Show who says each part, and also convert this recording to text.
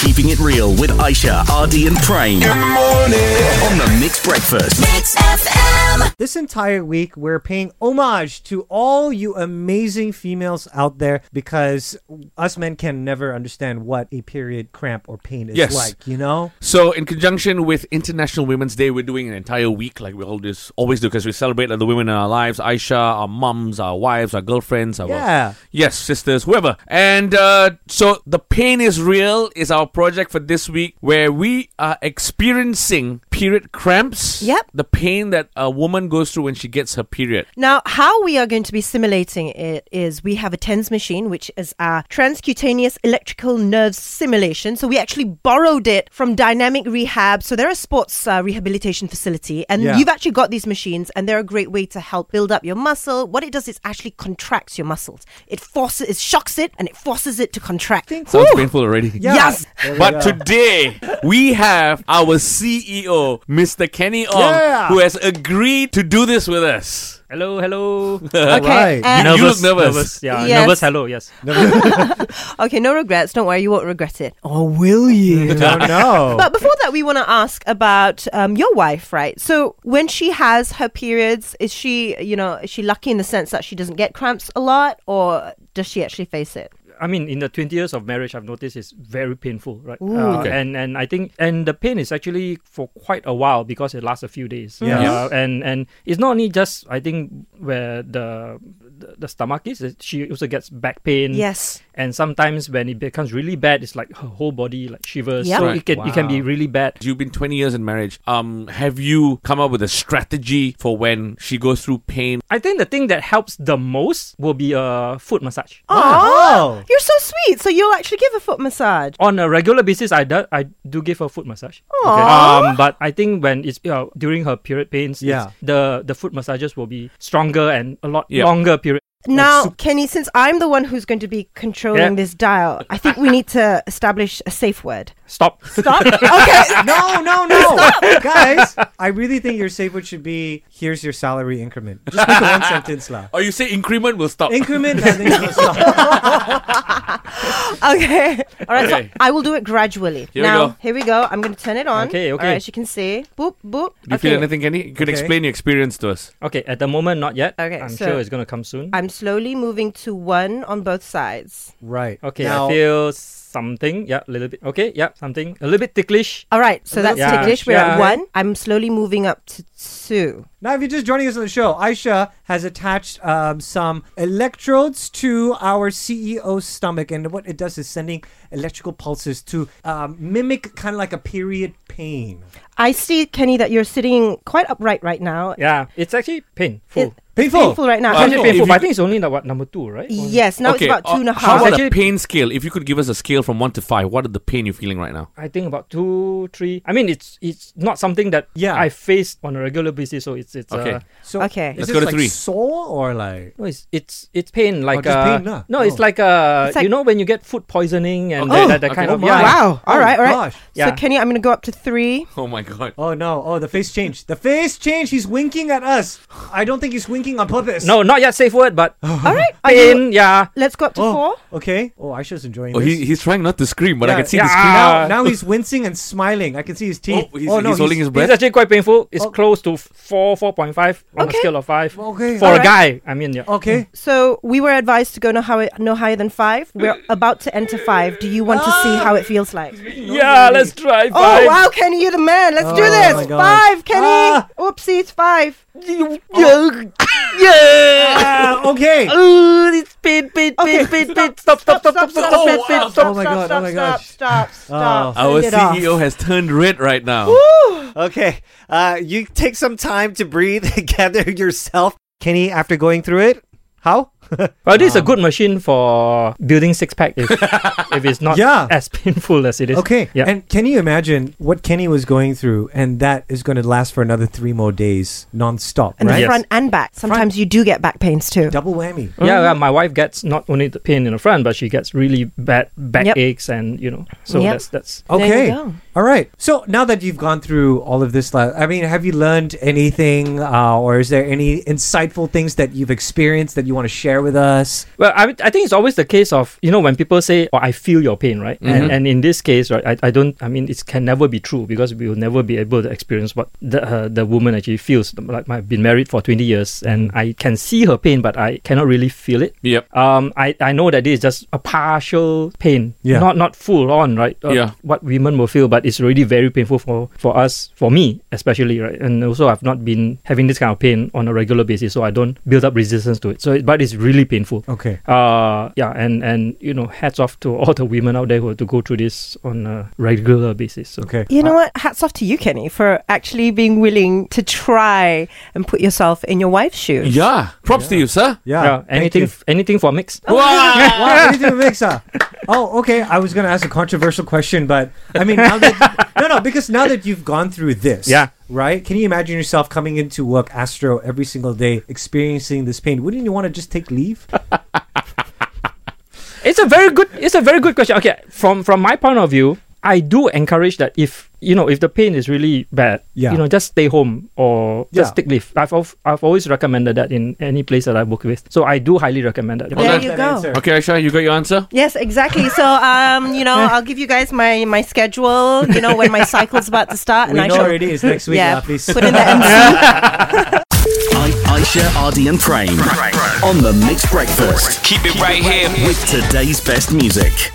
Speaker 1: Keeping It Real with Aisha, Ardy, and Prane on the Mixed Breakfast.
Speaker 2: Mix FM.
Speaker 3: This entire week, we're paying homage to all you amazing females out there because us men can never understand what a period cramp or pain is
Speaker 4: Yes.
Speaker 3: like, you know?
Speaker 4: So, in conjunction with International Women's Day, we're doing an entire week like we always always do because we celebrate the women in our lives Aisha, our mums, our wives, our girlfriends, our
Speaker 3: Yeah.
Speaker 4: yes, sisters, whoever. And uh, so, The Pain is Real is our project for this week where we are experiencing period cramps.
Speaker 5: Yep.
Speaker 4: The pain that a woman goes through when she gets her period.
Speaker 5: Now, how we are going to be simulating it is we have a TENS machine, which is our transcutaneous electrical nerve simulation. So we actually borrowed it from Dynamic Rehab. So they're a sports uh, rehabilitation facility, and
Speaker 3: Yeah.
Speaker 5: you've actually got these machines, and they're a great way to help build up your muscle. What it does is actually contracts your muscles. It forces, it shocks it, and it forces it to contract.
Speaker 4: Sounds painful already.
Speaker 3: Yeah.
Speaker 5: Yes.
Speaker 3: There we
Speaker 4: But
Speaker 3: go.
Speaker 4: today we have our CEO, Mr. Kenny Ong,
Speaker 3: Yeah.
Speaker 4: who has agreed to do this with us.
Speaker 6: Hello, hello.
Speaker 5: Okay,
Speaker 3: Right.
Speaker 5: and-
Speaker 4: You look nervous.
Speaker 6: Yeah,
Speaker 5: Yes.
Speaker 6: nervous. Hello, yes.
Speaker 5: okay, no regrets. Don't worry, you won't regret it.
Speaker 3: Or Oh, will you? don't know.
Speaker 5: But before that, we want to ask about um, your wife, right? So when she has her periods, is she, you know, is she lucky in the sense that she doesn't get cramps a lot, or does she actually face it?
Speaker 6: I mean, in the 20 years of marriage, I've noticed it's very painful, right?
Speaker 5: Ooh.
Speaker 6: Uh,
Speaker 4: Okay.
Speaker 6: And and I think and the pain is actually for quite a while because it lasts a few days.
Speaker 3: Yeah.
Speaker 6: Uh, and and it's not only just I think where the the, the stomach is. it- She also gets back
Speaker 4: Mm.
Speaker 6: pain.
Speaker 5: Yes.
Speaker 6: And sometimes when it becomes really bad, it's like her whole body like shivers.
Speaker 5: Yep.
Speaker 6: So
Speaker 4: Right.
Speaker 6: it can it can be really bad.
Speaker 4: You've been 20 years in marriage. Um, have you come up with a strategy for when she goes through pain?
Speaker 6: I think the thing that helps the most will be a foot massage.
Speaker 3: oh.
Speaker 5: You're so sweet. So you'll actually give a foot massage.
Speaker 6: on a regular basis, I do, I do give her foot massage.
Speaker 5: Aw.
Speaker 6: Um, but I think when it's uh, during her period pains,
Speaker 3: Yeah.
Speaker 6: yeah. the the foot massages will be stronger and a lot
Speaker 4: Yeah.
Speaker 6: longer period.
Speaker 5: Now, Kenny, since I'm the one who's going to be controlling
Speaker 6: Yeah.
Speaker 5: this dial, I think we need to establish a safe word.
Speaker 6: Stop.
Speaker 5: Stop. okay.
Speaker 3: No, no, no. Guys, I really think your safe word should be here's your salary increment. Just make it one sentence lah.
Speaker 4: Or you say increment will stop.
Speaker 3: Increment and then you'll stop.
Speaker 5: Okay. All right.
Speaker 4: Okay.
Speaker 5: So I will do it gradually.
Speaker 4: Here we
Speaker 5: now,
Speaker 4: go.
Speaker 5: here we go. I'm going to turn it on.
Speaker 6: Okay,
Speaker 5: All
Speaker 6: okay.
Speaker 5: right. As you can see, boop, boop.
Speaker 4: do you
Speaker 5: okay.
Speaker 4: feel anything, Kenny? You could
Speaker 3: Okay.
Speaker 4: explain your experience to us.
Speaker 6: Okay, at the moment, not yet.
Speaker 5: Okay,
Speaker 6: I'm
Speaker 5: so-
Speaker 6: sure it's gonna come soon.
Speaker 5: I'm slowly moving to one on both sides.
Speaker 3: Right.
Speaker 6: okay,
Speaker 3: Now,
Speaker 6: I feel something. Yeah, a little bit. Okay, yeah, something a little bit ticklish.
Speaker 5: All right, so that's
Speaker 6: Yeah,
Speaker 5: ticklish. We're at
Speaker 6: yeah.
Speaker 5: one. I'm slowly moving up to two.
Speaker 3: Now, if you're just joining us on the show, Aisha has attached um, some electrodes to our CEO's stomach, and what it does is sending electrical pulses to um, mimic kind of like a period pain.
Speaker 5: I see, Kenny, that you're sitting quite upright right now.
Speaker 6: Yeah, it's actually painful.
Speaker 5: It-
Speaker 3: Painful.
Speaker 5: painful right now.
Speaker 4: Uh,
Speaker 6: It's actually
Speaker 4: no,
Speaker 6: painful,
Speaker 4: if
Speaker 6: but I
Speaker 4: you-
Speaker 6: think it's only the, what, number two, right?
Speaker 5: Yes, now it's about two and a
Speaker 4: uh, How
Speaker 5: half.
Speaker 4: about
Speaker 6: Actually-
Speaker 4: a pain scale? If you could give us a scale from one to five, what are the pain you're feeling right now?
Speaker 6: I think about two, three. I mean, it's it's not something that
Speaker 3: Yeah.
Speaker 6: I face on a regular basis, so it's it's
Speaker 4: Okay.
Speaker 6: uh,
Speaker 3: So
Speaker 5: Okay.
Speaker 3: is
Speaker 4: Let's
Speaker 3: this
Speaker 4: go to
Speaker 3: like
Speaker 4: three.
Speaker 3: Sore or like
Speaker 6: No, it's it's it's pain
Speaker 3: Oh,
Speaker 6: like
Speaker 3: just
Speaker 6: uh,
Speaker 3: pain lah.
Speaker 6: no, it's
Speaker 3: Oh.
Speaker 6: like
Speaker 5: It's
Speaker 6: uh,
Speaker 5: like-
Speaker 6: you know when you get food poisoning and
Speaker 4: Okay.
Speaker 6: that, that, that
Speaker 4: Okay.
Speaker 6: kind
Speaker 4: Oh
Speaker 6: of
Speaker 4: my.
Speaker 6: yeah.
Speaker 5: Wow.
Speaker 3: Oh,
Speaker 5: All right, all right.
Speaker 3: gosh.
Speaker 5: So,
Speaker 6: Yeah.
Speaker 5: Kenny, I'm going to go up to three.
Speaker 4: Oh my god.
Speaker 3: Oh no! Oh, the face changed. The face changed. He's winking at us. I don't think he's winking on purpose.
Speaker 6: No, not yet safe word, but
Speaker 5: All right. Are you-
Speaker 6: pain. Yeah,
Speaker 5: let's go up to four.
Speaker 3: Oh, okay. Oh, Aisha's enjoying
Speaker 4: Oh,
Speaker 3: this.
Speaker 4: he, he's trying not to scream, but I
Speaker 3: Yeah,
Speaker 4: can see the
Speaker 6: yeah.
Speaker 4: scream.
Speaker 3: now,
Speaker 6: Ah.
Speaker 3: now he's wincing and smiling. I can see his teeth.
Speaker 4: Oh, he's, he's holding his
Speaker 6: it's
Speaker 4: breath.
Speaker 6: actually quite painful. It's
Speaker 3: Oh.
Speaker 6: close to f- four, four point five on
Speaker 5: Okay.
Speaker 6: a scale of five
Speaker 3: Okay. Oh,
Speaker 6: for
Speaker 5: All
Speaker 6: a
Speaker 5: right.
Speaker 6: guy. I mean, yeah.
Speaker 3: Okay.
Speaker 5: So, we were advised to go no, higher, no higher than five. We're about to enter five. Do you want to see how it feels like?
Speaker 6: yeah, let's try
Speaker 5: Oh,
Speaker 6: five.
Speaker 5: wow, Kenny, you're the man. Let's do
Speaker 3: Oh,
Speaker 5: this.
Speaker 3: my God.
Speaker 5: Five, Kenny.
Speaker 3: Ah.
Speaker 5: Oopsie, it's five. Oh.
Speaker 3: Ah, okay.
Speaker 6: Oh, it's pain, pain,
Speaker 5: Okay,
Speaker 6: pain, pain, pain. Stop, stop, stop, stop, stop,
Speaker 3: Oh
Speaker 6: stop, stop, stop.
Speaker 3: my God, oh my
Speaker 5: stop,
Speaker 3: gosh.
Speaker 5: Stop, stop, stop.
Speaker 4: Our
Speaker 5: Send it off.
Speaker 4: CEO has turned red right now.
Speaker 7: Okay. Uh, you take some time to breathe and gather yourself.
Speaker 3: Kenny, after going through it, how?
Speaker 6: Well, this is a good machine for building six pack if, if it's not
Speaker 3: Yeah.
Speaker 6: as painful as it is.
Speaker 3: Okay.
Speaker 6: Yeah.
Speaker 3: And can you imagine what Kenny was going through? And that is going to last for another three more days nonstop,
Speaker 5: And
Speaker 3: right?
Speaker 5: the
Speaker 6: Yes.
Speaker 5: front and back. Sometimes you do get back pains too.
Speaker 3: Double whammy.
Speaker 6: Yeah, yeah, my wife gets not only the pain in the front, but she gets really bad backaches and you know. So
Speaker 5: Yep.
Speaker 6: that's that's
Speaker 5: There you
Speaker 3: Okay.
Speaker 5: go.
Speaker 3: All right. So now that you've gone through all of this, la- I mean, have you learned anything, uh, or is there any insightful things that you've experienced that you want to share share with us?
Speaker 6: Well, I, I think it's always the case of you know when people say, "Oh, I feel your pain," right?
Speaker 3: Mm-hmm.
Speaker 6: And, and in this case, right, I, I don't. I mean, it can never be true because we will never be able to experience what the uh, the woman actually feels. Like I've been married for twenty years, and I can see her pain, but I cannot really feel it.
Speaker 4: Yep.
Speaker 6: Um, I, I know that this is just a partial pain,
Speaker 3: Yeah.
Speaker 6: not not full on, right? Uh,
Speaker 4: Yeah.
Speaker 6: What women will feel, but it's really very painful for for us, for me especially, right? And also, I've not been having this kind of pain on a regular basis, so I don't build up resistance to it. So, it, but it's really painful.
Speaker 3: Okay.
Speaker 6: Uh, yeah, and and you know, hats off to all the women out there who have to go through this on a regular basis. So.
Speaker 3: Okay.
Speaker 5: You know what? Hats off to you, Kenny, for actually being willing to try and put yourself in your wife's shoes.
Speaker 4: Yeah. Props to you, sir.
Speaker 3: Yeah.
Speaker 6: Yeah,
Speaker 3: Ah, thank
Speaker 6: anything,
Speaker 3: you.
Speaker 6: f- anything for mix.
Speaker 4: Wow.
Speaker 3: wow, anything with Mixa. Oh, okay. I was gonna ask a controversial question, but I mean, now that no, no, because now that you've gone through this,
Speaker 6: Yeah.
Speaker 3: right? Can you imagine yourself coming into work, Astro, every single day, experiencing this pain? Wouldn't you want to just take leave?
Speaker 6: It's a very good. It's a very good question. Okay, from from my point of view, I do encourage that if you know if the pain is really bad,
Speaker 3: Yeah.
Speaker 6: you know, just stay home or
Speaker 3: Yeah.
Speaker 6: just take leave. I've al- I've always recommended that in any place that I work with. So I do highly recommend that.
Speaker 5: There
Speaker 4: that's
Speaker 5: you
Speaker 3: that
Speaker 5: go.
Speaker 3: answer.
Speaker 4: Okay, Aisha, you got your answer.
Speaker 5: Yes, exactly. So, um, you know, I'll give you guys my, my schedule. You know when my cycle's about to start,
Speaker 3: We
Speaker 5: and I
Speaker 3: know
Speaker 5: shall
Speaker 3: already it's next week.
Speaker 5: yeah
Speaker 3: uh, please.
Speaker 5: put in the MC.
Speaker 1: I- Aisha, Ardy, and Prane on the Mixed Breakfast
Speaker 2: Keep it right here.
Speaker 1: with today's best music.